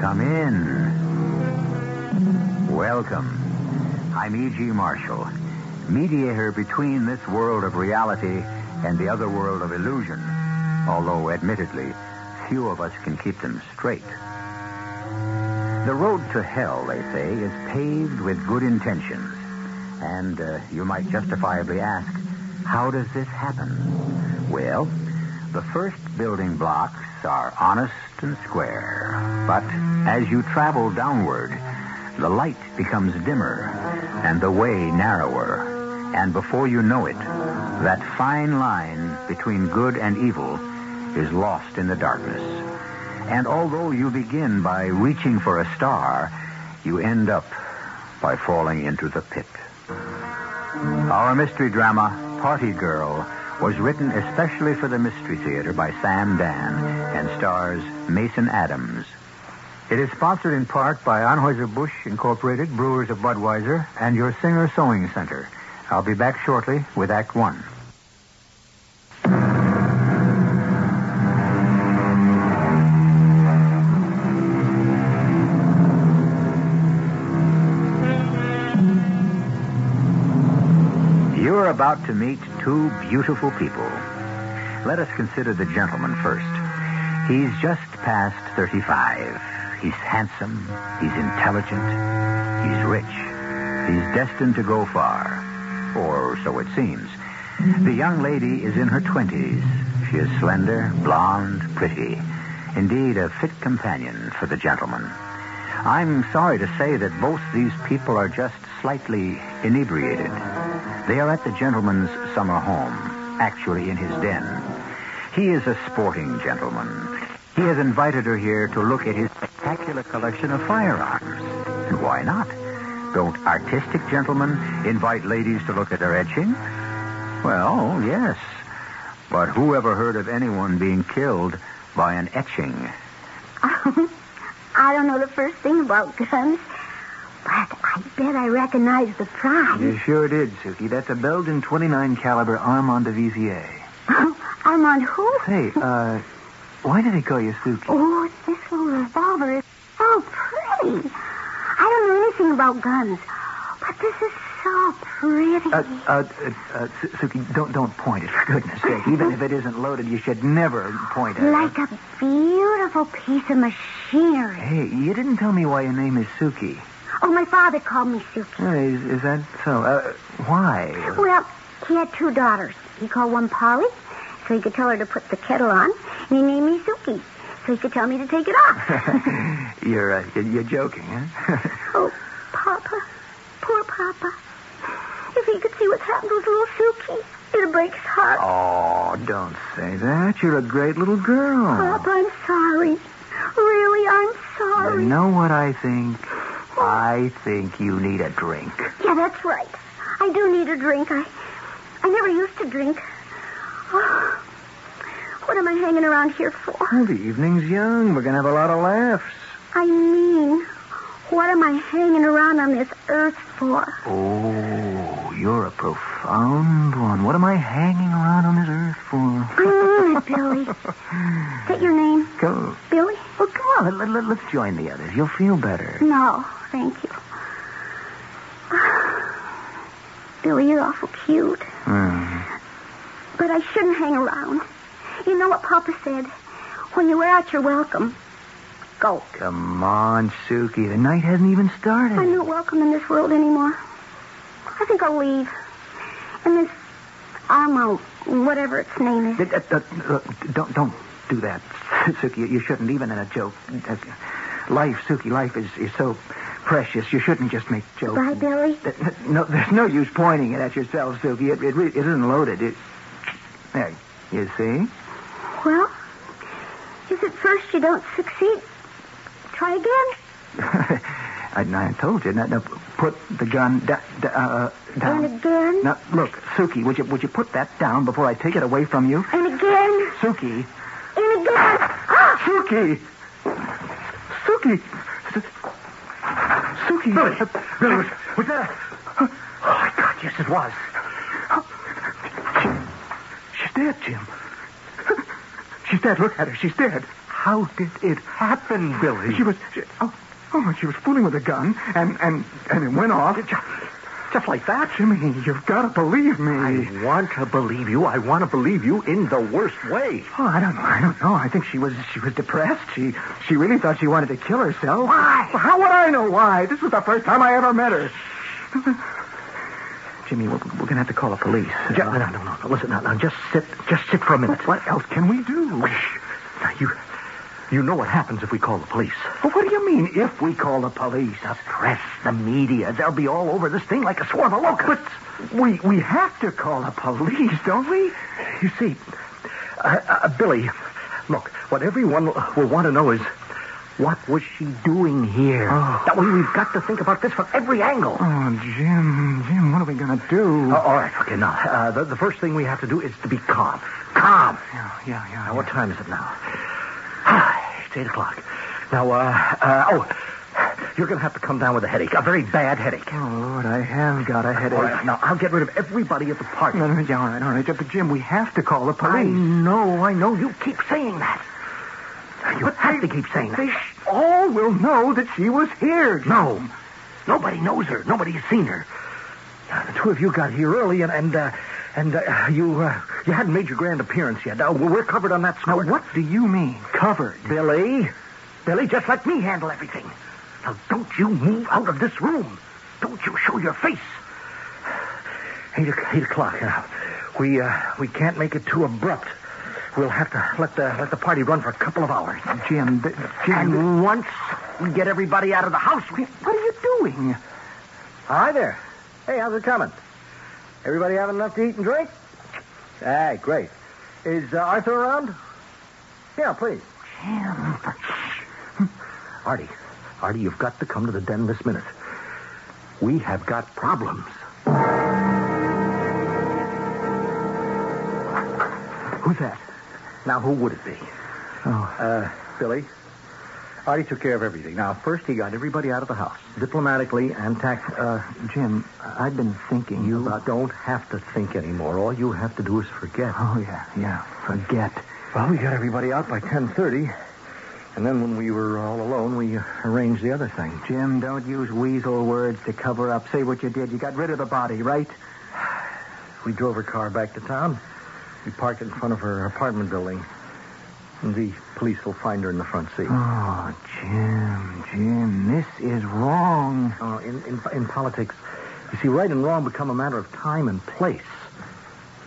Come in. Welcome. I'm E.G. Marshall, mediator between this world of reality and the other world of illusion, although admittedly, few of us can keep them straight. The road to hell, they say, is paved with good intentions. And uh, you might justifiably ask, how does this happen? Well, the first building blocks are honest and square. But as you travel downward, the light becomes dimmer and the way narrower. And before you know it, that fine line between good and evil is lost in the darkness. And although you begin by reaching for a star, you end up by falling into the pit. Our mystery drama, Party Girl, was written especially for the Mystery Theater by Sam Dan and stars Mason Adams. It is sponsored in part by Anheuser-Busch Incorporated, Brewers of Budweiser, and your Singer Sewing Center. I'll be back shortly with Act One. You're about to meet two beautiful people. Let us consider the gentleman first. He's just past 35. He's handsome. He's intelligent. He's rich. He's destined to go far. Or so it seems. The young lady is in her 20s. She is slender, blonde, pretty. Indeed, a fit companion for the gentleman. I'm sorry to say that both these people are just slightly inebriated. They are at the gentleman's summer home, actually in his den. He is a sporting gentleman. He has invited her here to look at his spectacular collection of firearms. And why not? Don't artistic gentlemen invite ladies to look at their etchings? Well, yes. But who ever heard of anyone being killed by an etching? I don't know the first thing about guns, but I bet I recognize the prize. You sure did, Suki. That's a Belgian 29 caliber Armand de Vizier. I'm on who? Hey, uh, why did they call you Suki? Oh, this little revolver is so pretty. I don't know anything about guns, but this is so pretty. Uh, uh, uh, uh, Su- Suki, don't don't point it for goodness' sake. Even if it isn't loaded, you should never point at like it. a beautiful piece of machinery. Hey, you didn't tell me why your name is Suki. Oh, my father called me Suki. Uh, Is, is that so? Uh, why? Well, he had two daughters. He called one Polly, so he could tell her to put the kettle on, and he named me Suki, so he could tell me to take it off. you're uh, you're- you're joking, huh? Oh, Papa. Poor Papa. If he could see what's happened with little Suki, it breaks his heart. oh, don't say that. You're a great little Oh. girl. Papa, I'm sorry. Really, Oh, I'm You sorry. know what I think? I think you need a drink. Yeah, that's right. I do need a drink. I, I never used to drink. Oh, what am I hanging around here for? Well, Oh, the evening's young. We're gonna have a lot of laughs. I mean, what am I hanging around on this earth for? Oh, you're a profound one. What am I hanging around on this earth for? I mean it, Billy. Is that your name, Go. Billy? Well, come on. Let, let, let's join the others. You'll feel better. No, thank you. Billy, you're awful cute, Mm. but I shouldn't hang around. You know what Papa said? When you wear out, you're welcome. Go. Come on, Suki. The night hasn't even started. I'm not welcome in this world anymore. I think I'll leave. And this Armo, whatever its name is. Uh, uh, uh, look, don't don't do that, Suki. You- You shouldn't, even in a joke. Uh, Life, Suki, life is, is so precious. You shouldn't just make jokes. Bye, Billy. Uh, No, there's no use pointing it at yourself, Suki. It, it, re- it isn't loaded. It, there, you see? Well, if at first you don't succeed, try again. I, I told you. Now, now put the gun da, da, uh, down. And again. Now, look, Suki, would you, would you put that down before I take it away from you? And again. Suki. And again. Ah! Suki! Suki! Su- Suki! Billy! Billy, was, was that a... Oh, my God, yes, it was. She- She's dead, Jim. She's dead. Look at her. She's dead. How did it happen, Billy? She was... She, oh, oh, she was fooling with a gun, and, and, and it went off. Just, like that? Jimmy, you've got to believe me. I want to believe you. I want to believe you in the worst way. Oh, I don't know. I don't know. I think she was she was depressed. She she really thought she wanted to kill herself. Why? How would I know why? This was the first time I ever met her. Jimmy, we're, we're going to have to call the police. Ju- no, no, no, no. Listen, now, now, just sit, just sit for a minute. What else can we do? Now, you, you know what happens if we call the police. But what do you mean if we call the police? The press, the media, they'll be all over this thing like a swarm of locusts. But we we have to call the police, don't we? You see, uh, uh, Billy, look, what everyone will want to know is, what was she doing here? Oh. That way we've got to think about this from every angle. Oh, Jim, Jim, what are we going to do? Uh, all right, okay, now, uh, the, the first thing we have to do is to be calm. Calm. yeah, yeah, yeah. Now, what time is it now? it's 8 o'clock. Now, uh, uh, oh, you're going to have to come down with a headache, a very bad headache. Oh, Lord, I have got a headache. All right, now, I'll get rid of everybody at the party. No, no, yeah, all right, all right. But, Jim, we have to call the police. I know, I know. You keep saying that. You have to keep saying They that. all will know that she was here. Jim. No. Nobody knows her. Nobody has seen her. Uh, The two of you got here early, and and uh, and uh, you uh, you hadn't made your grand appearance yet. Uh, we're covered on that Now, score. what do you mean, covered? Billy? Billy, just let me handle everything. Now, don't you move out of this room. Don't you show your face. Eight, o- eight o'clock now. We uh, we can't make it too abrupt. We'll have to let the let the party run for a couple of hours. Jim, th- Jim, And once we get everybody out of the house, we... what are you doing? Hi there. Hey, how's it coming? Everybody having enough to eat and drink? Ah, great. Is uh, Arthur around? Yeah, please. Jim, Artie, Artie, you've got to come to the den this minute. We have got problems. who's that? Now, who would it be? Oh, Uh, Billy. Artie took care of everything. Now, first he got everybody out of the house, diplomatically and tactfully. uh, Jim, I've been thinking you about... don't have to think anymore. All you have to do is forget. Oh, yeah, yeah, forget. Well, we got everybody out by ten thirty, and then when we were all alone, we uh, arranged the other thing. Jim, don't use weasel words to cover up. Say what you did. You got rid of the body, right? We drove her car back to town. We parked it in front of her apartment building. And the police will find her in the front seat. Oh, Jim, Jim, this is wrong. Uh, in, in, in politics, you see, right and wrong become a matter of time and place.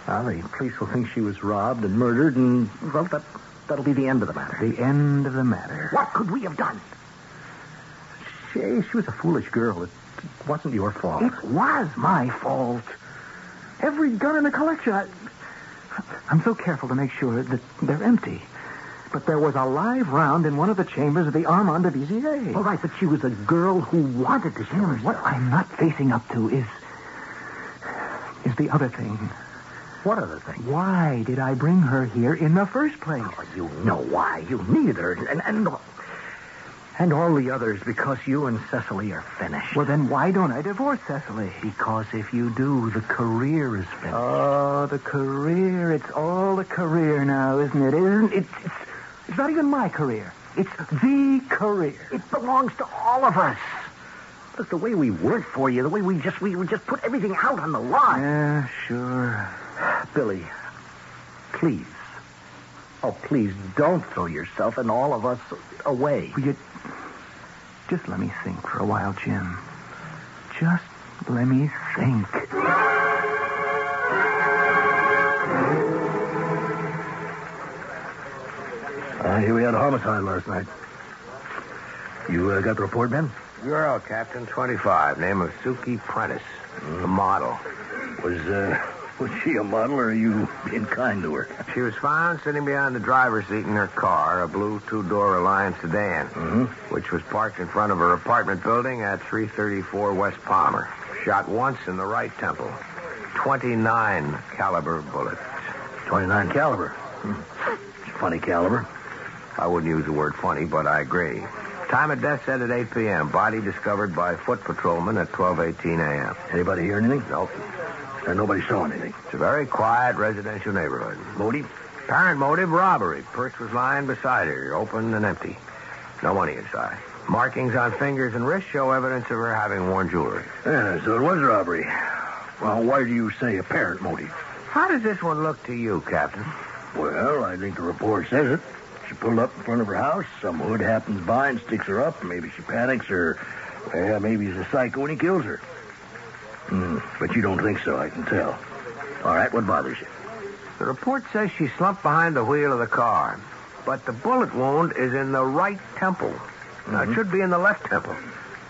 Now, the police will think she was robbed and murdered, and, well, that, that'll be the end of the matter. The end of the matter. What could we have done? She, she was a foolish girl. It wasn't your fault. It was my fault. Every gun in the collection. I, I'm so careful to make sure that they're empty. But there was a live round in one of the chambers of the Armand de Vizier. All right, but she was a girl who wanted to kill Jim, what herself. I'm not facing up to is is the other thing. What other thing? Why did I bring her here in the first place? Oh, you know why. You need her. And, and, and all the others because you and Cecily are finished. Well, then why don't I divorce Cecily? because if you do, the career is finished. Oh, the career. It's all the career now, isn't it? Isn't it? It's, it's not even my career. It's the career. It belongs to all of us. Look, the way we worked for you, the way we just we, we just put everything out on the line. Yeah, sure. Billy, please. Oh, please don't throw yourself and all of us away. Will you just let me think for a while, Jim? Just let me think. I hear we had a homicide last night. You uh, got the report, Ben? Girl, Captain 25, name of Suki Prentice, the model. Was uh, Was she a model, or are you being kind to her? She was found sitting behind the driver's seat in her car, a blue two-door Reliant sedan, Mm-hmm. which was parked in front of her apartment building at 334 West Palmer. Shot once in the right temple. 29 caliber bullets. 29 caliber. Hmm. Funny caliber. I wouldn't use the word funny, but I agree. Time of death set at 8 p.m. Body discovered by foot patrolman at 12:18 a.m. Anybody hear anything? Nope. Uh, nobody saw anything. It's a very quiet residential neighborhood. Motive? Apparent motive, robbery. Purse was lying beside her, open and empty. No money inside. Markings on fingers and wrists show evidence of her having worn jewelry. Yeah, so it was robbery. Well, why do you say apparent motive? How does this one look to you, Captain? Well, I think the report says it. She pulled up in front of her house. Some hood happens by and sticks her up. Maybe she panics, or well, maybe he's a psycho and he kills her. Hmm, but you don't think so, I can tell. All right, what bothers you? The report says she slumped behind the wheel of the car, but the bullet wound is in the right temple. Now, Mm-hmm. it should be in the left temple.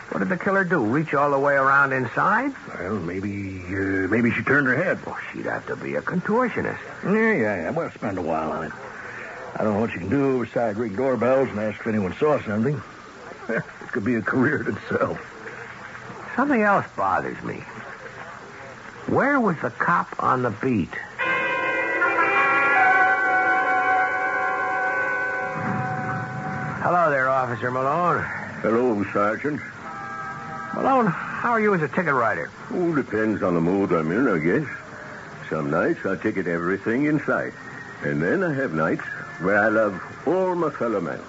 What did the killer do? Reach all the way around inside? Well, maybe uh, maybe she turned her head. Well, she'd have to be a contortionist. Yeah, yeah, yeah. Well, spend a while on it. I don't know what you can do besides ring doorbells and ask if anyone saw something. it could be a career in itself. Something else bothers me. Where was the cop on the beat? Hello there, Officer Malone. Hello, Sergeant. Malone, how are you as a ticket writer? Oh, depends on the mood I'm in, I guess. Some nights I ticket everything in sight. And then I have nights where I love all my fellow men.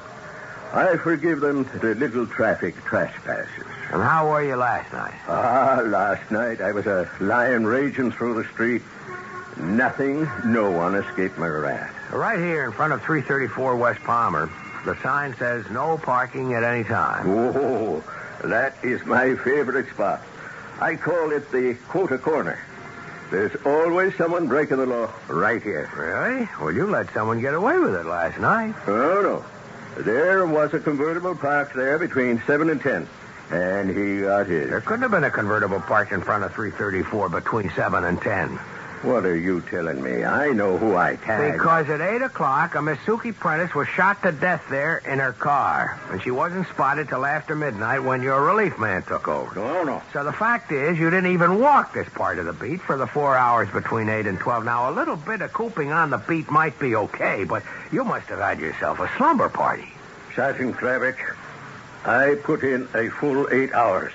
I forgive them the little traffic trespasses. And how were you last night? Ah, last night I was a lion raging through the street. Nothing, no one escaped my wrath. Right here in front of 334 West Palmer, the sign says no parking at any time. Oh, that is my favorite spot. I call it the quota corner. There's always someone breaking the law right here. Really? Well, you let someone get away with it last night. Oh, no. There was a convertible parked there between 7 and 10, and he got There his. couldn't have been a convertible parked in front of 334 between 7 and 10. What are you telling me? I know who I tagged. Because at 8 o'clock, a Misuki Prentice was shot to death there in her car. And she wasn't spotted till after midnight when your relief man took over. No, no. So the fact is, you didn't even walk this part of the beat for the four hours between 8 and 12. Now, a little bit of cooping on the beat might be okay, but you must have had yourself a slumber party. Sergeant Kravitz, I put in a full eight hours.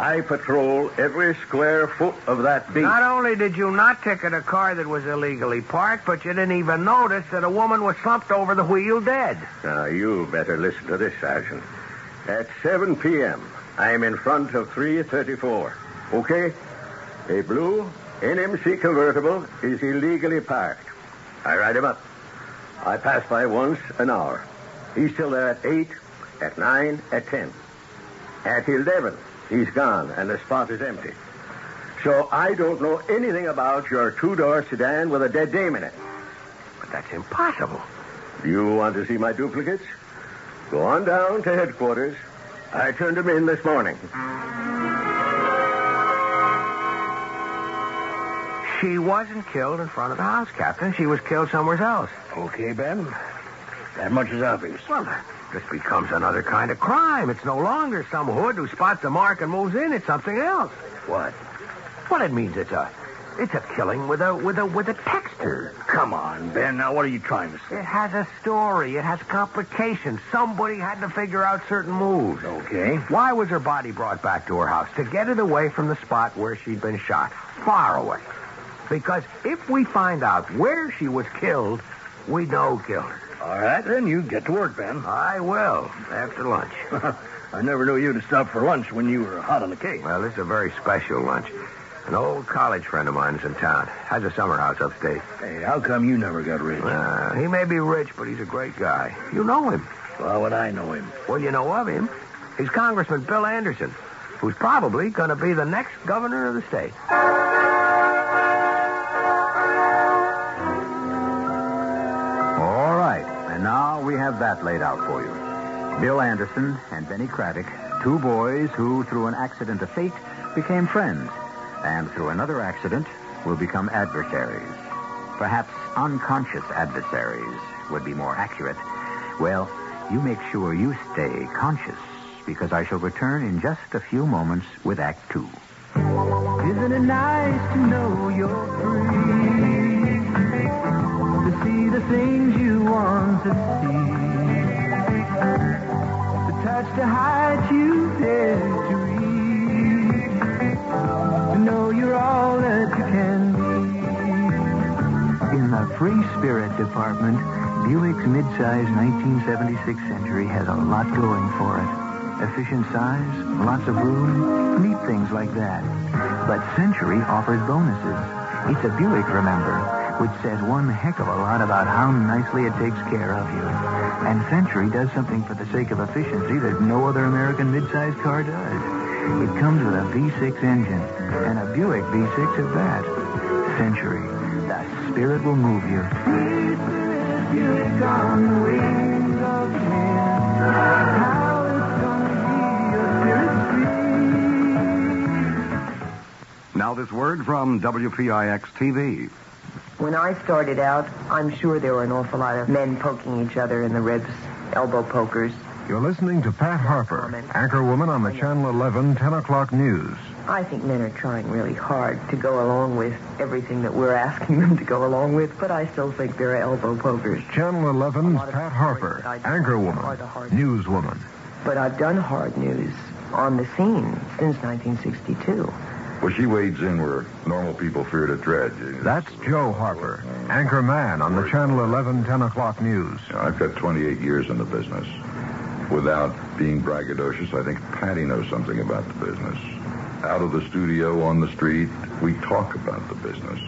I patrol every square foot of that beat. Not only did you not ticket a car that was illegally parked, but you didn't even notice that a woman was slumped over the wheel dead. Now, you better listen to this, Sergeant. At 7 p.m., I'm in front of 334. Okay? A blue NMC convertible is illegally parked. I ride him up. I pass by once an hour. He's still there at 8, at 9, at 10. At 11, he's gone, and the spot is empty. So I don't know anything about your two-door sedan with a dead dame in it. But that's impossible. You want to see my duplicates? Go on down to headquarters. I turned them in this morning. She wasn't killed in front of the house, Captain. She was killed somewhere else. Okay, Ben. That much is obvious. Well, this becomes another kind of crime. It's no longer some hood who spots a mark and moves in. It's something else. What? Well, it means it's a, it's a killing with a with a with a texture. Come on, Ben. Now, what are you trying to say? It has a story. It has complications. Somebody had to figure out certain moves. Okay. Why was her body brought back to her house? To get it away from the spot where she'd been shot, far away. Because if we find out where she was killed, we know killed her. All right, then. You get to work, Ben. I will, after lunch. I never knew you to stop for lunch when you were hot on the case. Well, this is a very special lunch. An old college friend of mine is in town. Has a summer house upstate. Hey, how come you never got rich? Uh, he may be rich, but he's a great guy. You know him. How would I know him? Well, you know of him. He's Congressman Bill Anderson, who's probably going to be the next governor of the state. All right. And now we have that laid out for you. Bill Anderson and Benny Craddock, two boys who, through an accident of fate, became friends, and through another accident, will become adversaries. Perhaps unconscious adversaries would be more accurate. Well, you make sure you stay conscious because I shall return in just a few moments with Act Two. Isn't it nice to know you're free? To see the things you want to see. To touch the heights you dare to reach. To know you're all that you can be. In the Free Spirit Department, Buick's midsize 1976 Century has a lot going for it. Efficient size, lots of room, neat things like that. But Century offers bonuses. It's a Buick, remember, which says one heck of a lot about how nicely it takes care of you. And Century does something for the sake of efficiency that no other American midsize car does. It comes with a V6 engine, and a Buick V6 at that. Century, the spirit will move you. Buick on the wings of how it's Now, this word from WPIX TV. When I started out, I'm sure there were an awful lot of men poking each other in the ribs, elbow pokers. You're listening to Pat Harper, anchorwoman on the Channel 11 10 o'clock news. I think men are trying really hard to go along with everything that we're asking them to go along with, but I still think they're elbow pokers. Channel 11's Pat Harper, anchorwoman, newswoman. But I've done hard news on the scene since 1962. Well, she wades in where normal people fear to tread. That's Joe Harper, anchor man on the Channel 11 10 o'clock news. I've got 28 years in the business. Without being braggadocious, I think Patty knows something about the business. Out of the studio, on the street, we talk about the business.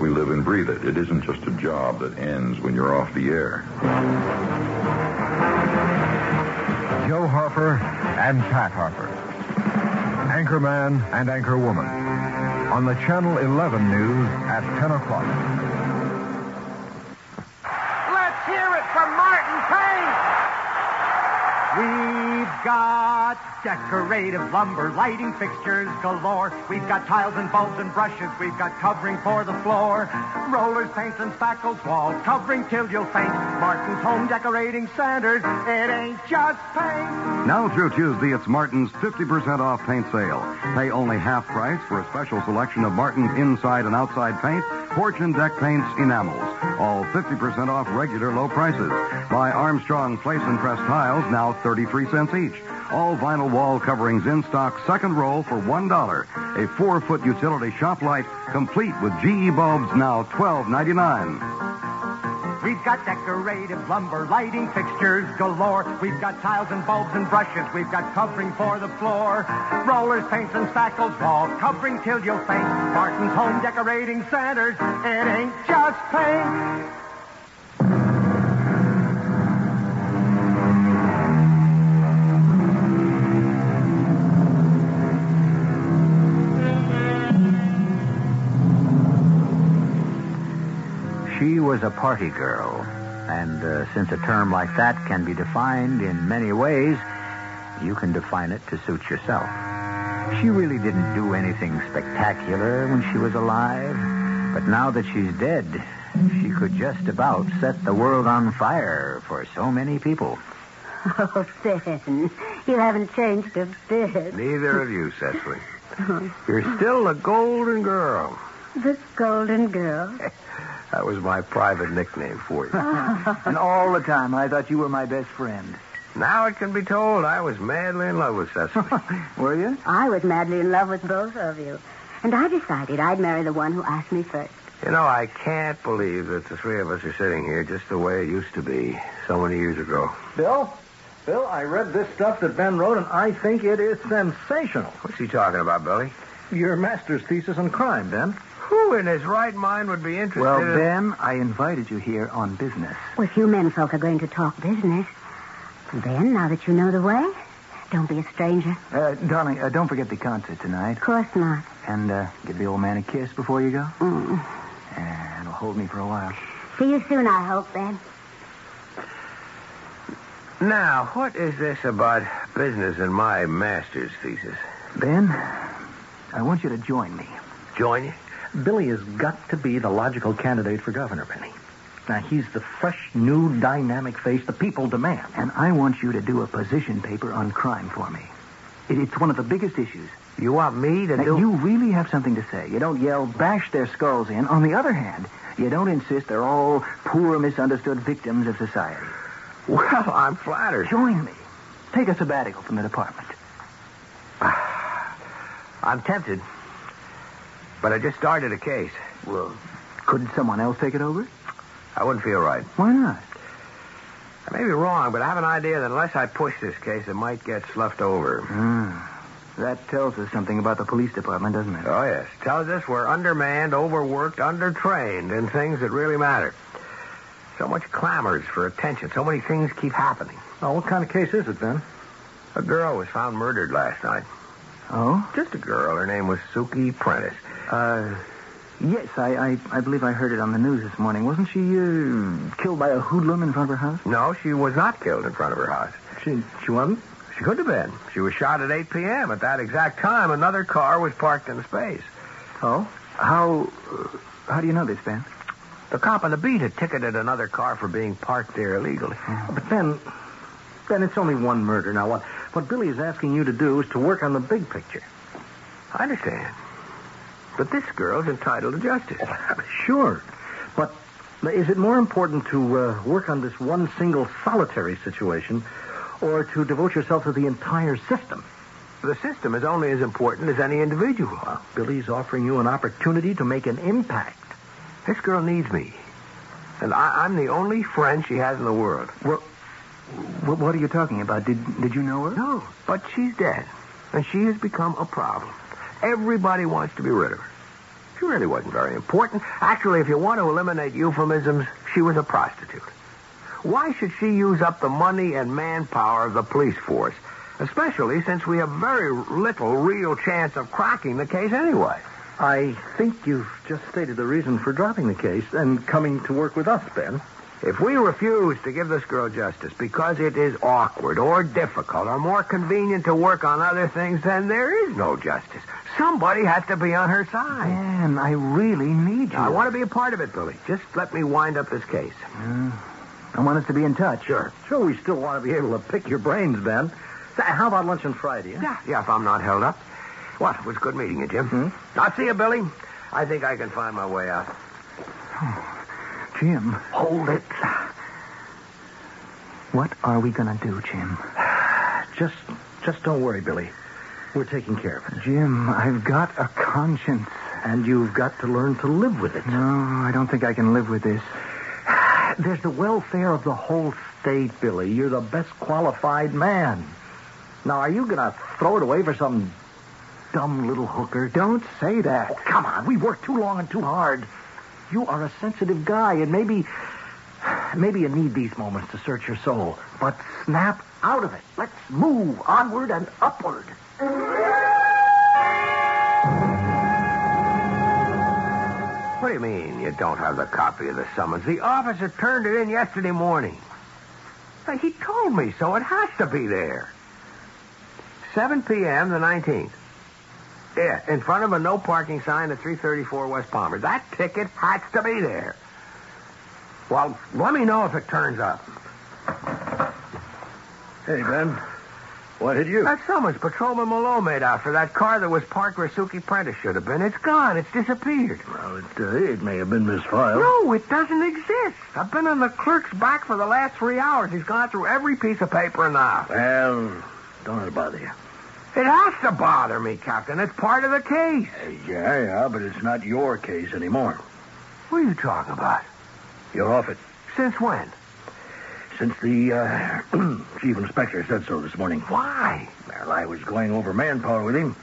We live and breathe it. It isn't just a job that ends when you're off the air. Joe Harper and Pat Harper. Anchorman and anchorwoman on the Channel 11 news at 10 o'clock. Let's hear it from Martin Payne. We've got decorative lumber, lighting fixtures galore. We've got tiles and bulbs and brushes. We've got covering for the floor. Rollers, paints, and spackles, wall covering till you'll faint. Martin's Home Decorating Centers. It ain't just paint. Now through Tuesday, it's Martin's 50% off paint sale. Pay only half price for a special selection of Martin's inside and outside paint, porch and deck paints, enamels. All 50% off regular low prices. Buy Armstrong Place and Press tiles, now 33 cents each. All vinyl wall coverings in stock, second roll for $1. A four-foot utility shop light, complete with GE bulbs, now $12.99. We've got decorative lumber, lighting fixtures galore. We've got tiles and bulbs and brushes. We've got covering for the floor. Rollers, paints, and spackles, wall covering till you'll faint. Martin's Home Decorating Centers. It ain't just paint. She was a party girl, and uh, since a term like that can be defined in many ways, you can define it to suit yourself. She really didn't do anything spectacular when she was alive, but now that she's dead, she could just about set the world on fire for so many people. Oh, Ben, you haven't changed a bit. Neither of you, Cecily. You're still a golden girl. The golden girl. That was my private nickname for you. and all the time, I thought you were my best friend. Now it can be told I was madly in love with Cecily. Were you? I was madly in love with both of you. And I decided I'd marry the one who asked me first. You know, I can't believe that the three of us are sitting here just the way it used to be so many years ago. Bill? Bill, I read this stuff that Ben wrote, and I think it is sensational. What's he talking about, Billy? Your master's thesis on crime, Ben. Who in his right mind would be interested Well, in... Ben, I invited you here on business. Well, you men folk are going to talk business. Ben, now that you know the way, don't be a stranger. Uh, darling, uh, don't forget the concert tonight. Of course not. And uh, give the old man a kiss before you go. Mm. Uh, it'll hold me for a while. See you soon, I hope, Ben. Now, what is this about business and my master's thesis? Ben, I want you to join me. Join you? Billy has got to be the logical candidate for governor, Benny. Now, he's the fresh, new, dynamic face the people demand. And I want you to do a position paper on crime for me. It, it's one of the biggest issues. You want me to Now, do... You really have something to say. You don't yell, bash their skulls in. On the other hand, you don't insist they're all poor, misunderstood victims of society. Well, I'm flattered. Join me. Take a sabbatical from the department. I'm tempted. But I just started a case. Well, couldn't someone else take it over? I wouldn't feel right. Why not? I may be wrong, but I have an idea that unless I push this case, it might get sloughed over. Hmm. That tells us something about the police department, doesn't it? Oh, yes. Tells us we're undermanned, overworked, undertrained in things that really matter. So much clamors for attention. So many things keep happening. Now, what kind of case is it, then? A girl was found murdered last night. Oh? Just a girl. Her name was Suki Prentice. Uh, yes, I, I, I believe I heard it on the news this morning. Wasn't she uh, killed by a hoodlum in front of her house? No, she was not killed in front of her house. She, she wasn't? She could have been. She was shot at 8 p.m. At that exact time, another car was parked in space. Oh? How, uh, how do you know this, Ben? The cop on the beat had ticketed another car for being parked there illegally. But then, then it's only one murder. Now, what, what Billy is asking you to do is to work on the big picture. I understand. But this girl's entitled to justice. Sure. But is it more important to uh, work on this one single solitary situation or to devote yourself to the entire system? The system is only as important as any individual. Billy's offering you an opportunity to make an impact. This girl needs me. And I, I'm the only friend she has in the world. Well, what, what are you talking about? Did, did you know her? No, but she's dead. And she has become a problem. Everybody wants to be rid of her. She really wasn't very important. Actually, if you want to eliminate euphemisms, she was a prostitute. Why should she use up the money and manpower of the police force? Especially since we have very little real chance of cracking the case anyway. I think you've just stated the reason for dropping the case and coming to work with us, Ben. If we refuse to give this girl justice because it is awkward or difficult or more convenient to work on other things, then there is no justice. Somebody has to be on her side. Ben, I really need you. I want to be a part of it, Billy. Just let me wind up this case. Mm. I want us to be in touch. Sure. Sure, we still want to be able to pick your brains, Ben. Th- How about lunch on Friday? eh? Yeah, yeah, if I'm not held up. What? It was good meeting you, Jim. Hmm? I'll see you, Billy. I think I can find my way out. Jim, Hold it. what are we going to do, Jim? Just, just don't worry, Billy. We're taking care of it. Jim, I've got a conscience. And you've got to learn to live with it. No, I don't think I can live with this. There's the welfare of the whole state, Billy. You're the best qualified man. Now, are you going to throw it away for some dumb little hooker? Don't say that. Oh, come on. We worked too long and too hard. You are a sensitive guy, and maybe, maybe you need these moments to search your soul. But snap out of it. Let's move onward and upward. What do you mean you don't have the copy of the summons? The officer turned it in yesterday morning. Hey, He told me so. It has to be there. 7 p.m. the 19th. Yeah, in front of a no parking sign at 334 West Palmer. That ticket has to be there. Well, let me know if it turns up. Hey, Ben. What hit you? That summons Patrolman Malone made out for that car that was parked where Suki Prentice should have been. It's gone. It's disappeared. Well, it, uh, it may have been misfiled. No, it doesn't exist. I've been on the clerk's back for the last three hours. He's gone through every piece of paper in the house. Well, don't let it bother you. It has to bother me, Captain. It's part of the case. Uh, Yeah, yeah, but it's not your case anymore. What are you talking about? You're off it. Since when? Since the uh, chief inspector said so this morning. Why? Well, I was going over manpower with him.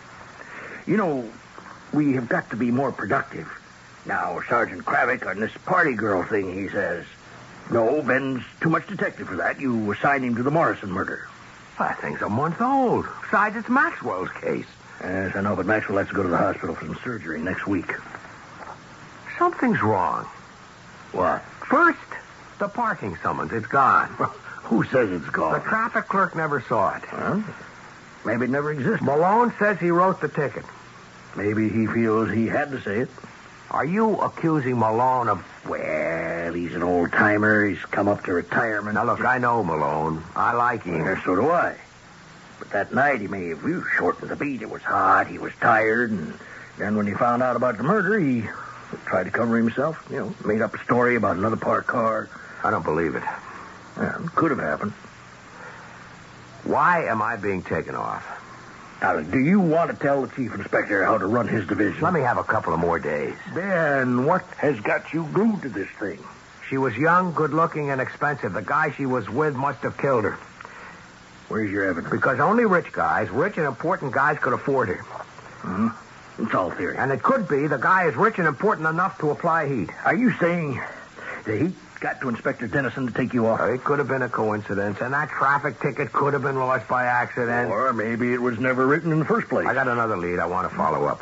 You know, we have got to be more productive. Now, Sergeant Kravick on this party girl thing, he says. No, Ben's too much detective for that. You assign him to the Morrison murder. That thing's a month old. Besides, it's Maxwell's case. Yes, I know, but Maxwell has to go to the hospital for some surgery next week. Something's wrong. What? First, the parking summons. It's gone. Who says it's The gone? traffic clerk never saw it. Huh? Maybe it never existed. Malone says he wrote the ticket. Maybe he feels he had to say it. Are you accusing Malone of. Well, he's an old timer. He's come up to retirement. Now, look, I know Malone. I like him. so do I. But that night he may have you shortened the beat. It was hot. He was tired. And then when he found out about the murder, he tried to cover himself. You know, made up a story about another parked car. I don't believe it. Yeah, it could have happened. Why am I being taken off? Now, do you want to tell the chief inspector how to run his division? Let me have a couple of more days. Then what has got you glued to this thing? She was young, good looking, and expensive. The guy she was with must have killed her. Where's your evidence? Because only rich guys, rich and important guys, could afford her. Hmm? It's all theory. And it could be the guy is rich and important enough to apply heat. Are you saying the heat got to Inspector Dennison to take you off? It could have been a coincidence, and that traffic ticket could have been lost by accident. Or maybe it was never written in the first place. I got another lead I want to follow up.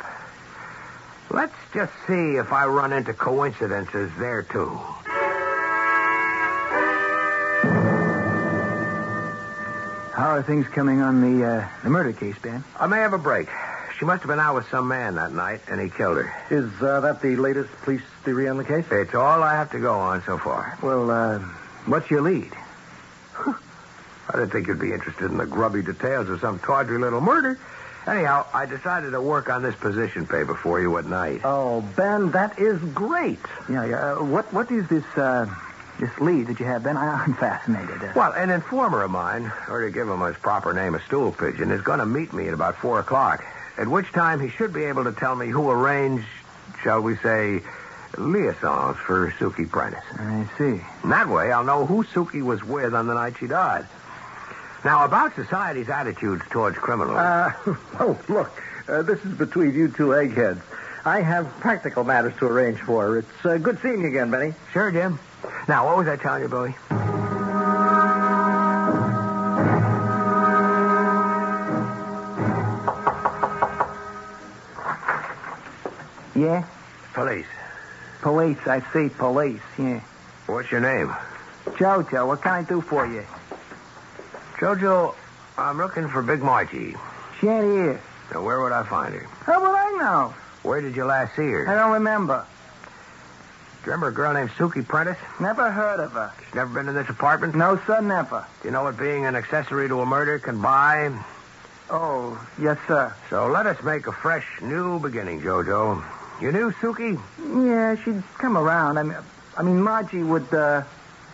Let's just see if I run into coincidences there, too. How are things coming on the uh, the murder case, Ben? I may have a break. She must have been out with some man that night, and he killed her. Is uh, that the latest police theory on the case? It's all I have to go on so far. Well, uh, what's your lead? I didn't think you'd be interested in the grubby details of some tawdry little murder. Anyhow, I decided to work on this position paper for you at night. Oh, Ben, that is great. Yeah, yeah. Uh, what what is this uh, this lead that you have, Ben? I, I'm fascinated. Uh, Well, an informer of mine, or to give him his proper name, a stool pigeon, is going to meet me at about 4 o'clock, at which time he should be able to tell me who arranged, shall we say, liaisons for Suki Prentice. I see. And that way, I'll know who Suki was with on the night she died. Now, about society's attitudes towards criminals. Uh, oh, look, uh, this is between you two eggheads. I have practical matters to arrange for. It's uh, good seeing you again, Benny. Sure, Jim. Now, what was I telling you, Billy? Yeah, Police. police. I see police. Yeah. What's your name? Jojo, what can I do for you? Jojo, I'm looking for Big Margie. She ain't here. Now, where would I find her? How would I know? Where did you last see her? I don't remember. Do you remember a girl named Suki Prentice? Never heard of her. She's never been in this apartment? No, sir, never. Do you know what being an accessory to a murder can buy? Oh, yes, sir. So let us make a fresh, new beginning, Jojo. You knew Suki? Yeah, she'd come around. I mean, I mean, Margie would uh,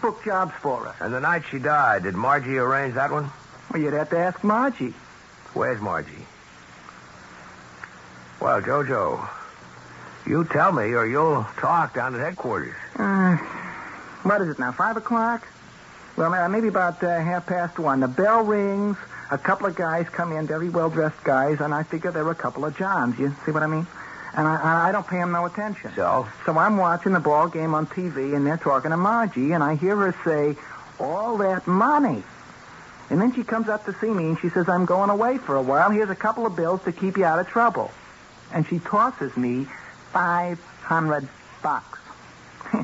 book jobs for us. And the night she died, did Margie arrange that one? Well, you'd have to ask Margie. Where's Margie? Well, Jojo, you tell me or you'll talk down at headquarters. Uh, what is it now? Five o'clock? Well, uh, maybe about uh, half past one. The bell rings. A couple of guys come in, very well-dressed guys, and I figure they're a couple of Johns. You see what I mean? And I, I- I don't pay them no attention. So? So I'm watching the ball game on TV, and they're talking to Margie, and I hear her say, "All that money." And then she comes up to see me, and she says, "I'm going away for a while. Here's a couple of bills to keep you out of trouble." And she tosses me five hundred bucks.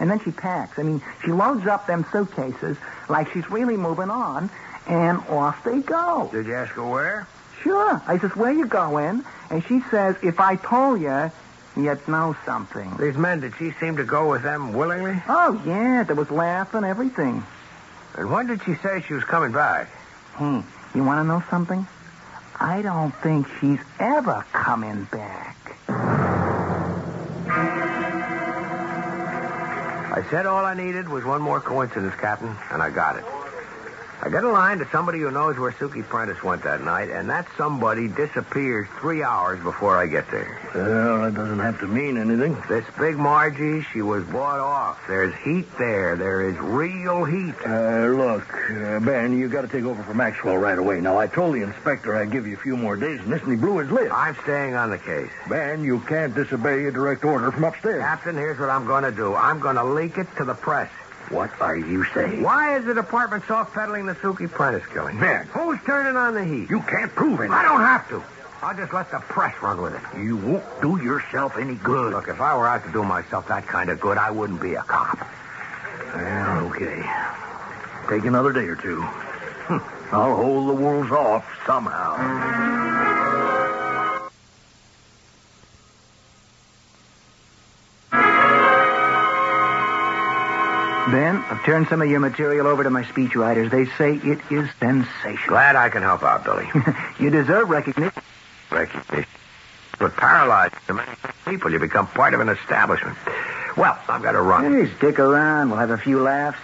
and then she packs. I mean, she loads up them suitcases like she's really moving on, and off they go. Did you ask her where? Sure. I says, where you going? And she says, if I told you, you'd know something. These men, did she seem to go with them willingly? Oh, yeah, there was laugh and everything. And when did she say she was coming back? Hey, you want to know something? I don't think she's ever coming back. I said all I needed was one more coincidence, Captain, and I got it. I get a line to somebody who knows where Suki Prentice went that night, and that somebody disappears three hours before I get there. Well, that doesn't have to mean anything. This big Margie, she was bought off. There's heat there. There is real heat. Uh, look, uh, Ben, you got to take over for Maxwell right away. Now, I told the inspector I'd give you a few more days, and this, and he blew his lid. I'm staying on the case. Ben, you can't disobey a direct order from upstairs. Captain, here's what I'm going to do. I'm going to leak it to the press. What are you saying? Why is the department soft peddling the Suki Prentice killing? Ben. Who's turning on the heat? You can't prove anything. I don't have to. I'll just let the press run with it. You won't do yourself any good. Look, if I were out to do myself that kind of good, I wouldn't be a cop. Well, okay. Take another day or two. I'll hold the wolves off somehow. Ben, I've turned some of your material over to my speechwriters. They say it is sensational. Glad I can help out, Billy. you deserve recognition. Recognition. But paralyzed to many people, you become part of an establishment. Well, I've got to run. Hey, stick around. We'll have a few laughs.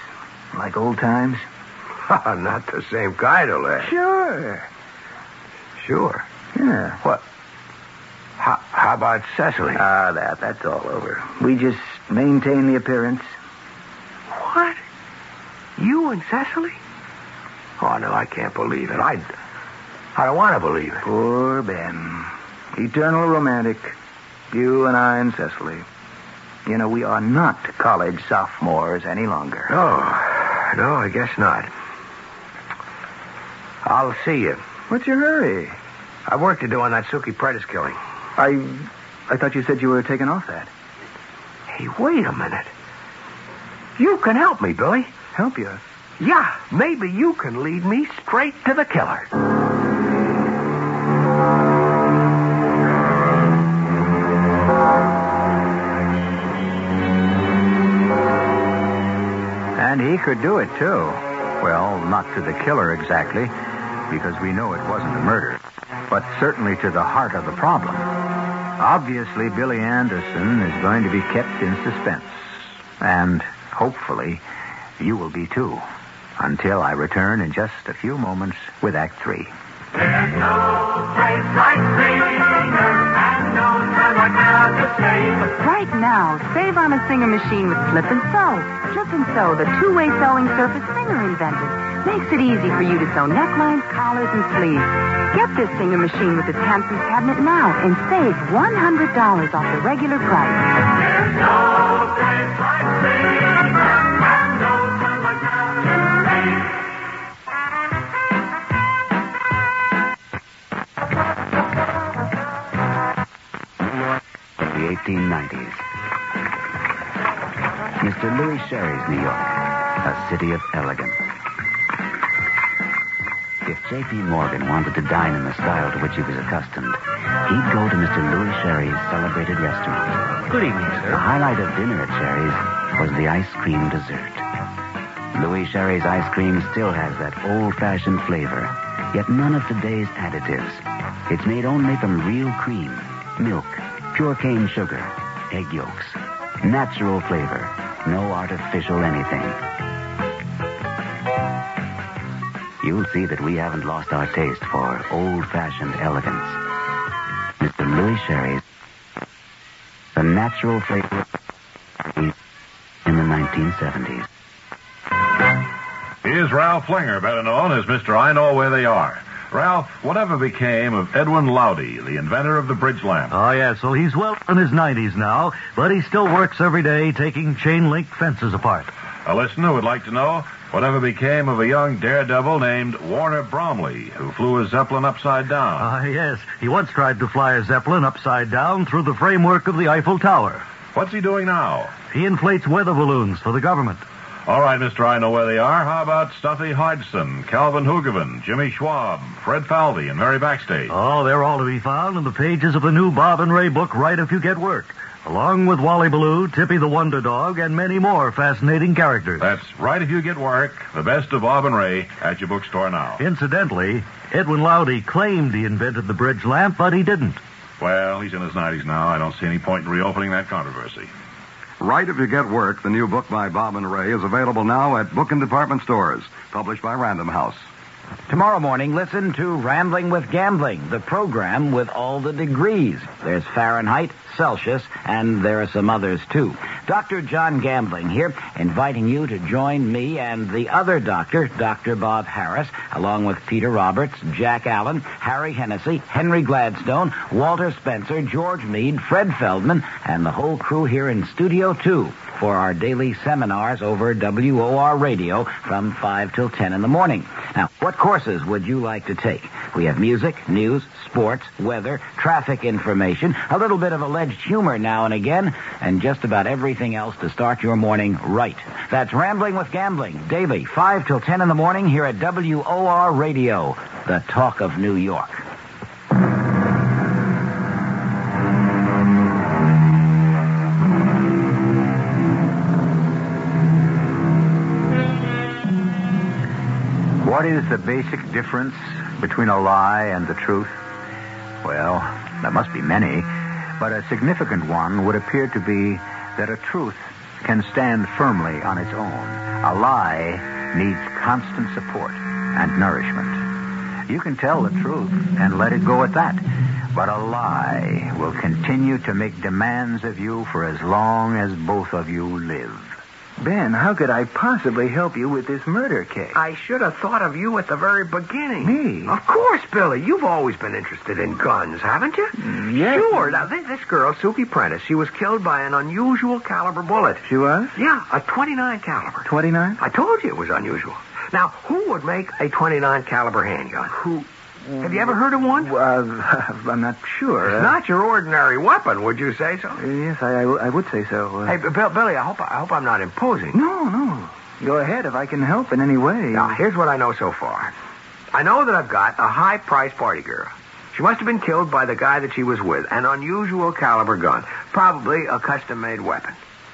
Like old times. Ah, Not the same kind of laugh. Sure. Sure. Yeah. What? How, how about Cecily? Ah, that. That's all over. We just maintain the appearance. What? You and Cecily? Oh, no, I can't believe it. I, I don't want to believe it. Poor Ben. Eternal romantic. You and I and Cecily. You know, we are not college sophomores any longer. No, Oh, no, I guess not. I'll see you. What's your hurry? I've work to do on that Suki Prentice killing. I I thought you said you were taking off that. Hey, wait a minute. You can help me, Billy. Help you? Yeah, maybe you can lead me straight to the killer. And he could do it, too. Well, not to the killer exactly, because we know it wasn't a murder, but certainly to the heart of the problem. Obviously, Billy Anderson is going to be kept in suspense. And hopefully, you will be too, until I return in just a few moments with Act Three. There's no place like Singer, and no time like now to save. Right now, save on a Singer machine with Flip and Sew. Flip and Sew, the two-way sewing surface Singer invented, makes it easy for you to sew necklines, collars, and sleeves. Get this Singer machine with its handsome cabinet now and save $100 off the regular price. There's no place like Singer, and no time like now to save. of the 1890s. Mr. Louis Sherry's New York, a city of elegance. If J.P. Morgan wanted to dine in the style to which he was accustomed, he'd go to Mr. Louis Sherry's celebrated restaurant. Good evening, The highlight of dinner at Sherry's was the ice cream dessert. Louis Sherry's ice cream still has that old-fashioned flavor, yet none of today's additives. It's made only from real cream, milk, pure cane sugar, egg yolks, natural flavor, no artificial anything. You'll see that we haven't lost our taste for old-fashioned elegance. Mr. Louis Sherry's, the natural flavor in the 1970s. Here's Ralph Linger, better known as Mr. I Know Where They Are. Ralph, whatever became of Edwin Lowdy, the inventor of the bridge lamp? Oh, yeah, so he's well in his 90s now, but he still works every day taking chain link fences apart. A listener would like to know whatever became of a young daredevil named Warner Bromley, who flew a Zeppelin upside down. Ah, yes, he once tried to fly a Zeppelin upside down through the framework of the Eiffel Tower. What's he doing now? He inflates weather balloons for the government. All right, Mr. I Know Where They Are. How about Stuffy Hodgson, Calvin Hoogerman, Jimmy Schwab, Fred Falvey, and Mary Backstage? Oh, they're all to be found in the pages of the new Bob and Ray book, Right If You Get Work, along with Wally Baloo, Tippy the Wonder Dog, and many more fascinating characters. That's right if you get work. The best of Bob and Ray at your bookstore now. Incidentally, Edwin Lowdy claimed he invented the bridge lamp, but he didn't. Well, he's in his 90s now. I don't see any point in reopening that controversy. Right If You Get Work, the new book by Bob and Ray, is available now at book and department stores, published by Random House. Tomorrow morning, listen to Rambling with Gambling, the program with all the degrees. There's Fahrenheit, Celsius, and there are some others too. Dr. John Gambling here, inviting you to join me and the other doctor, Dr. Bob Harris, along with Peter Roberts, Jack Allen, Harry Hennessy, Henry Gladstone, Walter Spencer, George Mead, Fred Feldman, and the whole crew here in Studio 2 for our daily seminars over WOR radio from 5 till 10 in the morning. Now, what courses would you like to take? We have music, news, sports, weather, traffic information, a little bit of alleged humor now and again, and just about everything else to start your morning right. That's Rambling with Gambling, daily 5 till 10 in the morning here at WOR radio, the talk of New York. difference between a lie and the truth? Well, there must be many, but a significant one would appear to be that a truth can stand firmly on its own. A lie needs constant support and nourishment. You can tell the truth and let it go at that, but a lie will continue to make demands of you for as long as both of you live. Ben, how could I possibly help you with this murder case? I should have thought of you at the very beginning. Me? Of course, Billy. You've always been interested in guns, haven't you? yes. Sure. Now, this, this girl, Suki Prentice, she was killed by an unusual caliber bullet. She was? Yeah, a 29 caliber. 29? I told you it was unusual. Now, who would make a 29 caliber handgun? Who? Have you ever heard of one? Uh, I'm not sure. It's Uh, not your ordinary weapon, would you say so? Yes, I, I, w- I would say so. Uh, Hey, B- Bill- Billy, I hope I hope I'm not imposing. No, no. Go ahead if I can help in any way. Now, here's what I know so far. I know that I've got a high priced party girl. She must have been killed by the guy that she was with, an unusual caliber gun, probably a custom made weapon.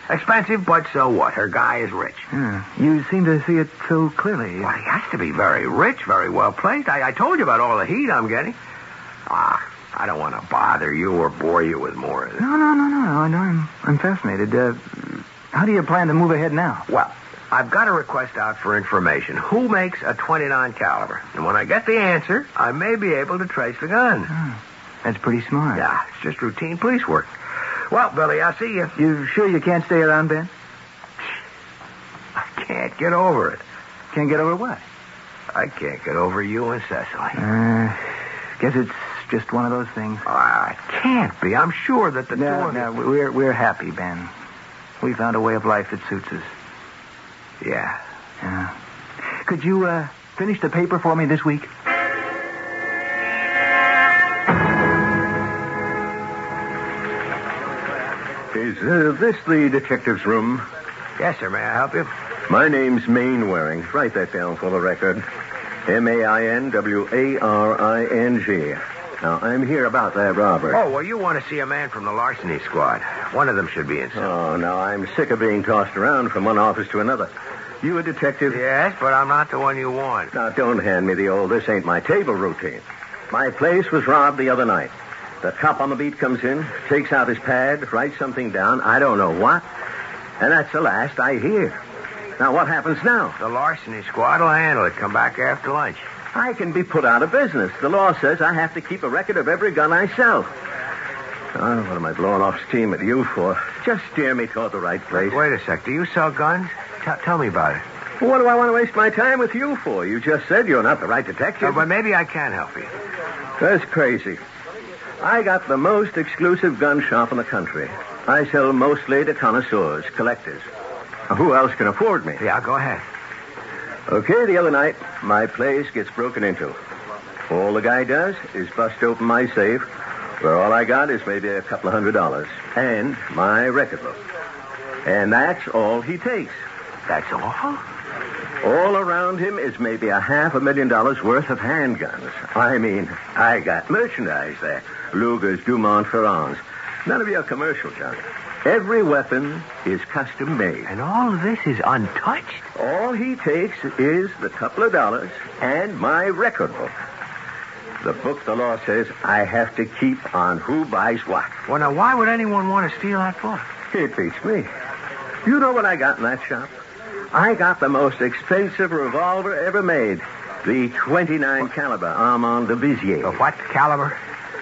Expensive, but so what? Her guy is rich. Hmm. Yeah, you seem to see it so clearly. Well, he has to be very rich, very well placed. I, I told you about all the heat I'm getting. Ah, I don't want to bother you or bore you with more of this. No, no, no, no, no. I know I'm, I'm fascinated. Uh, how do you plan to move ahead now? Well, I've got a request out for information. Who makes a 29 caliber? And when I get the answer, I may be able to trace the gun. Ah, That's pretty smart. Yeah, it's just routine police work. Well, Billy, I'll see you. You sure you can't stay around, Ben? I can't get over it. Can't get over what? I can't get over you and Cecily. Uh, guess it's just one of those things. Ah, it can't be. I'm sure that the two No, of no, you- we're, we're happy, Ben. We found a way of life that suits us. Yeah. Yeah. Could you uh, finish the paper for me this week? Is uh, this the detective's room? Yes, sir. May I help you? My name's Mainwaring. Write that down for the record. M A I N W A R I N G. Now, I'm here about that robbery. Oh, well, you want to see a man from the larceny squad. One of them should be in. Oh, now I'm sick of being tossed around from one office to another. You a detective? Yes, but I'm not the one you want. Now, don't hand me the old this ain't my table routine. My place was robbed the other night. The cop on the beat comes in, takes out his pad, writes something down, I don't know what, and that's the last I hear. Now, what happens now? The larceny squad will handle it. Come back after lunch. I can be put out of business. The law says I have to keep a record of every gun I sell. Oh, what am I blowing off steam at you for? Just steer me toward the right place. Wait a sec. Do you sell guns? T- tell me about it. What do I want to waste my time with you for? You just said you're not the right detective. Uh, but maybe I can help you. That's crazy. I got the most exclusive gun shop in the country. I sell mostly to connoisseurs, collectors. Now, who else can afford me? Yeah, go ahead. Okay, the other night, my place gets broken into. All the guy does is bust open my safe, where all I got is maybe a couple of hundred dollars and my record book. And that's all he takes. That's all? All around him is maybe a half a million dollars worth of handguns. I mean, I got merchandise there. Lugers, Dumont, Ferrands. None of your commercial junk. Every weapon is custom made. And all of this is untouched? All he takes is the couple of dollars and my record book. The book the law says I have to keep on who buys what. Well, now, why would anyone want to steal that book? It beats me. You know what I got in that shop? I got the most expensive revolver ever made. The 29 caliber Armand de Vizier. A what caliber?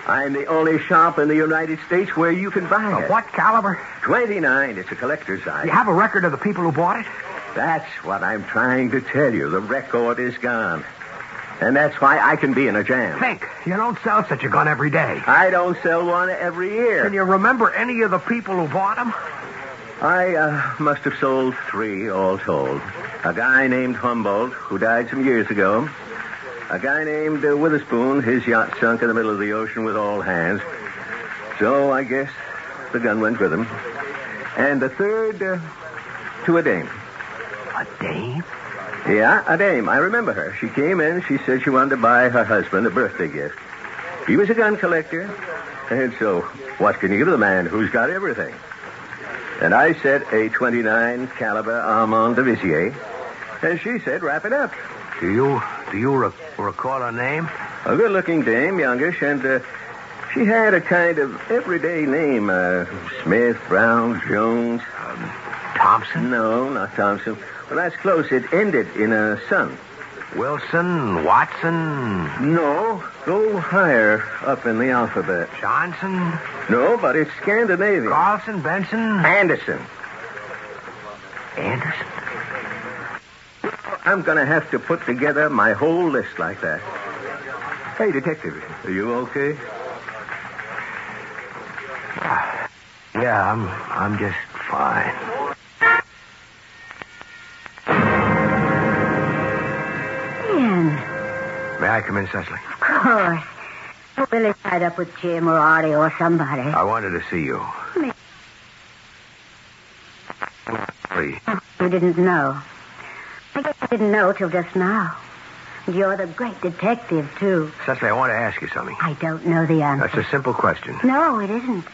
I'm the only shop in the United States where you can buy A it. what caliber? 29. It's a collector's item. You have a record of the people who bought it? That's what I'm trying to tell you. The record is gone. And that's why I can be in a jam. Think. You don't sell such a gun every day. I don't sell one every year. Can you remember any of the people who bought them? I uh, must have sold three, all told. A guy named Humboldt, who died some years ago. A guy named uh, Witherspoon, his yacht sunk in the middle of the ocean with all hands. So I guess the gun went with him. And the third, uh, to a dame. A dame? Yeah, a dame. I remember her. She came in. She said she wanted to buy her husband a birthday gift. He was a gun collector. And so, what can you give the man who's got everything? And I said a 29 caliber Armand de Vizier. And she said, wrap it up. Do you do you re- recall her name? A good looking dame, youngish, and uh, she had a kind of everyday name uh, Smith, Brown, Jones. Um, Thompson? No, not Thompson. Well, that's close. It ended in a son. Wilson, Watson. No, go higher up in the alphabet. Johnson? No, but it's Scandinavian. Carlson, Benson? Anderson. Anderson? I'm going to have to put together my whole list like that. Hey, Detective, are you okay? Yeah, I'm I'm just fine. Ian, May I come in, Cecily? of course. Willie's tied up with Jim or Artie or somebody. I wanted to see you. Please. You didn't know. I guess you didn't know till just now. And you're the great detective, too. Cecily, I want to ask you something. I don't know the answer. That's a simple question. No, it isn't.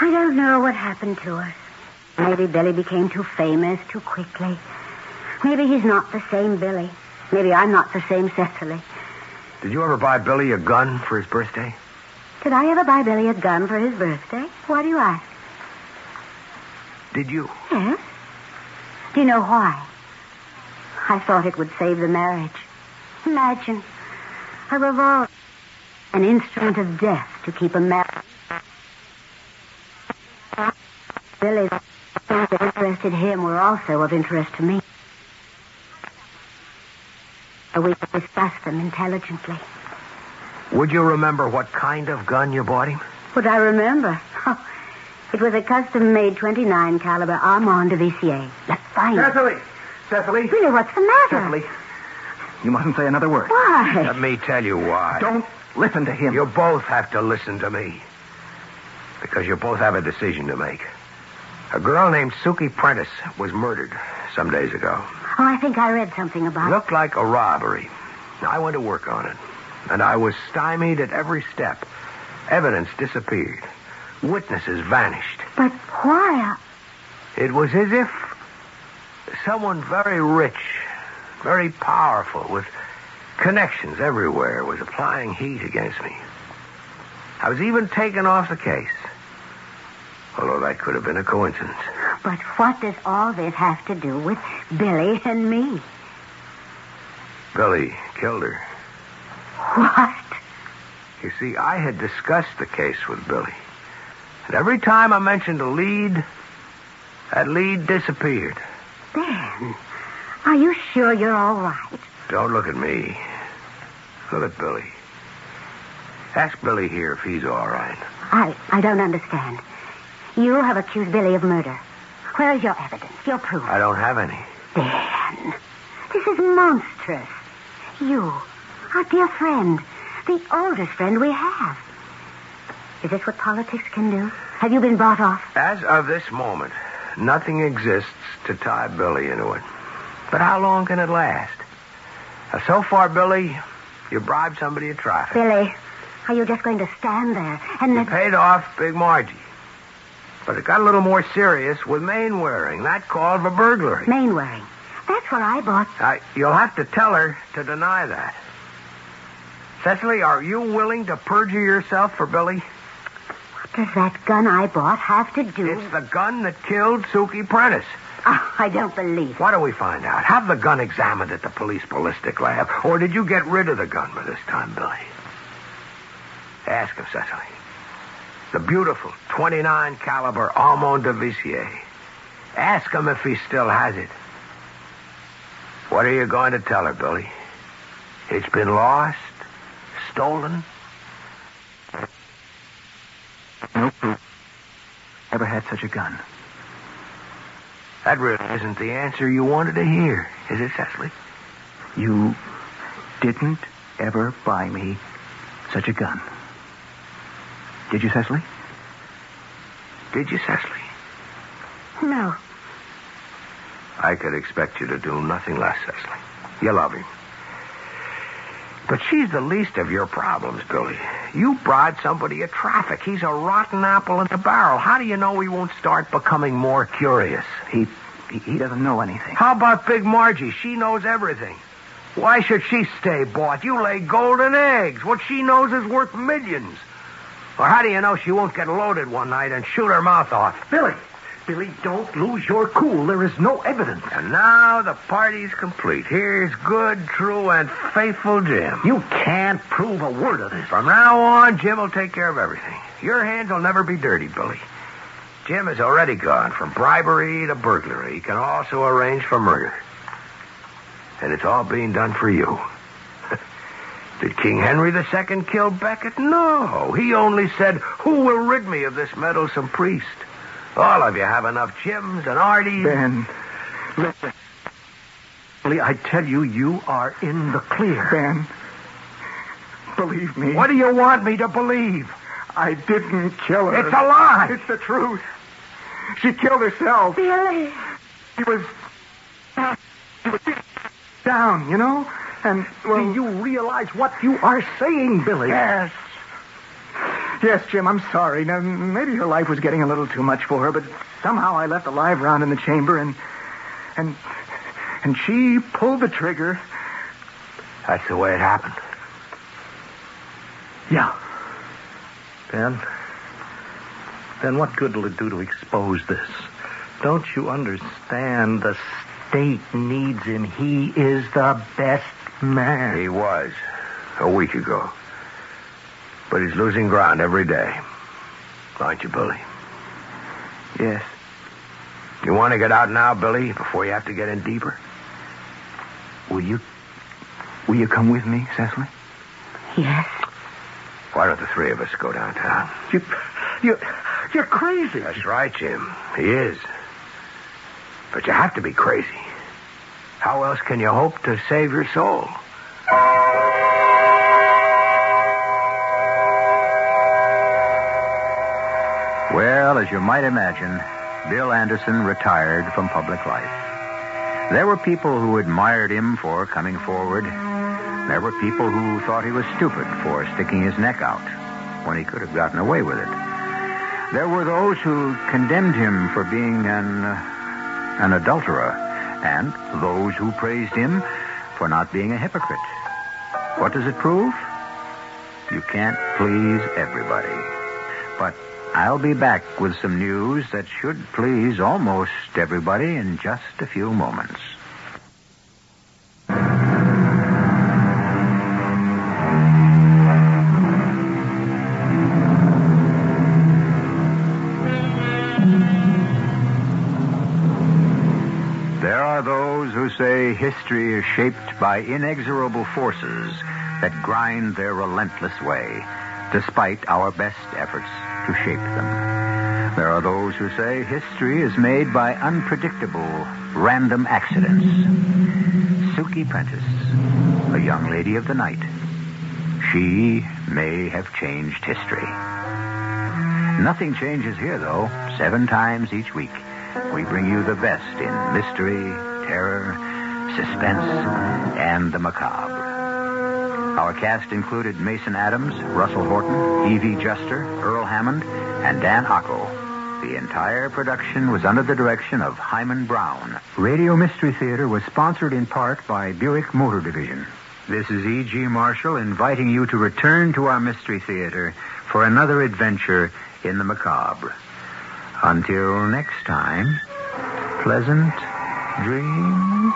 I don't know what happened to us. Maybe Billy became too famous too quickly. Maybe he's not the same Billy. Maybe I'm not the same Cecily. Did you ever buy Billy a gun for his birthday? Did I ever buy Billy a gun for his birthday? Why do you ask? Did you? Yes. Do you know why? I thought it would save the marriage. Imagine a revolver, an instrument of death to keep a marriage. Billy, the things that interested him were also of interest to me. We could discuss them intelligently. Would you remember what kind of gun you bought him? Would I remember? Oh, it was a custom-made 29 caliber Armand de Vissier. Let's find it. Cecily! Cecily! Billy, what's the matter? Cecily! You mustn't say another word. Why? Let me tell you why. Don't listen to him. You both have to listen to me. Because you both have a decision to make. A girl named Suki Prentice was murdered some days ago. Oh, I think I read something about it. Looked like a robbery. I went to work on it, and I was stymied at every step. Evidence disappeared. Witnesses vanished. But why? It was as if someone very rich, very powerful, with connections everywhere, was applying heat against me. I was even taken off the case. Although that could have been a coincidence. But what does all this have to do with Billy and me? Billy killed her. What? You see, I had discussed the case with Billy. And every time I mentioned a lead, that lead disappeared. Dan, are you sure you're all right? Don't look at me. Look at Billy. Ask Billy here if he's all right. I, I don't understand. You have accused Billy of murder. Where is your evidence, your proof? I don't have any. Dan, this is monstrous. You, our dear friend, the oldest friend we have. Is this what politics can do? Have you been bought off? As of this moment, nothing exists to tie Billy into it. But how long can it last? Now, so far, Billy, you bribed somebody to try. Billy, are you just going to stand there and You paid off Big Margie. But it got a little more serious with Mainwaring. That called for burglary. Mainwaring. That's what I bought. Uh, you'll have to tell her to deny that. Cecily, are you willing to perjure yourself for Billy? What does that gun I bought have to do? It's the gun that killed Suki Prentice. Oh, I don't believe. Why don't we find out? Have the gun examined at the police ballistic lab. Or did you get rid of the gun by this time, Billy? Ask him, Cecily. The beautiful 29 caliber Armand de Vissier. Ask him if he still has it. What are you going to tell her, Billy? It's been lost, stolen. No proof. Ever had such a gun. That really isn't the answer you wanted to hear, is it, Cecily? You didn't ever buy me such a gun. Did you, Cecily? Did you, Cecily? No. I could expect you to do nothing less, Cecily. You love him. But she's the least of your problems, Billy. You bribed somebody at traffic. He's a rotten apple in the barrel. How do you know he won't start becoming more curious? He he doesn't know anything. How about Big Margie? She knows everything. Why should she stay bought? You lay golden eggs. What she knows is worth millions. Or how do you know she won't get loaded one night and shoot her mouth off? Billy, Billy, don't lose your cool. There is no evidence. And now the party's complete. Here's good, true, and faithful Jim. You can't prove a word of this. From now on, Jim will take care of everything. Your hands will never be dirty, Billy. Jim has already gone from bribery to burglary. He can also arrange for murder. And it's all being done for you. Did King Henry II kill Becket? No. He only said, Who will rid me of this meddlesome priest? All of you have enough Jims and Arties. Ben, listen. Billy, I tell you, you are in the clear. Ben, believe me. What do you want me to believe? I didn't kill her. It's a lie. It's the truth. She killed herself. Billy. She was. She was down, you know? And, well. Do you realize what you are saying, Billy? Yes. Yes, Jim, I'm sorry. Now, maybe her life was getting a little too much for her, but somehow I left a live round in the chamber and. and. and she pulled the trigger. That's the way it happened. Yeah. Ben? Ben, what good will it do to expose this? Don't you understand? The state needs him. He is the best man. He was a week ago. But he's losing ground every day. Aren't you, Billy? Yes. You want to get out now, Billy, before you have to get in deeper? Will you. Will you come with me, Cecily? Yes. Why don't the three of us go downtown? You, you, you're crazy. That's right, Jim. He is. But you have to be crazy. How else can you hope to save your soul? Well, as you might imagine, Bill Anderson retired from public life. There were people who admired him for coming forward. There were people who thought he was stupid for sticking his neck out when he could have gotten away with it. There were those who condemned him for being an uh, an adulterer, and those who praised him for not being a hypocrite. What does it prove? You can't please everybody. But I'll be back with some news that should please almost everybody in just a few moments. There are those who say history is shaped by inexorable forces that grind their relentless way, despite our best efforts to shape them. There are those who say history is made by unpredictable, random accidents. Suki Prentice, a young lady of the night, she may have changed history. Nothing changes here, though. Seven times each week, we bring you the best in mystery, terror, suspense, and the macabre. Our cast included Mason Adams, Russell Horton, Evie Juster, Earl Hammond, and Dan Ocko. The entire production was under the direction of Hyman Brown. Radio Mystery Theater was sponsored in part by Buick Motor Division. This is E.G. Marshall inviting you to return to our Mystery Theater for another adventure in the macabre. Until next time, pleasant dreams.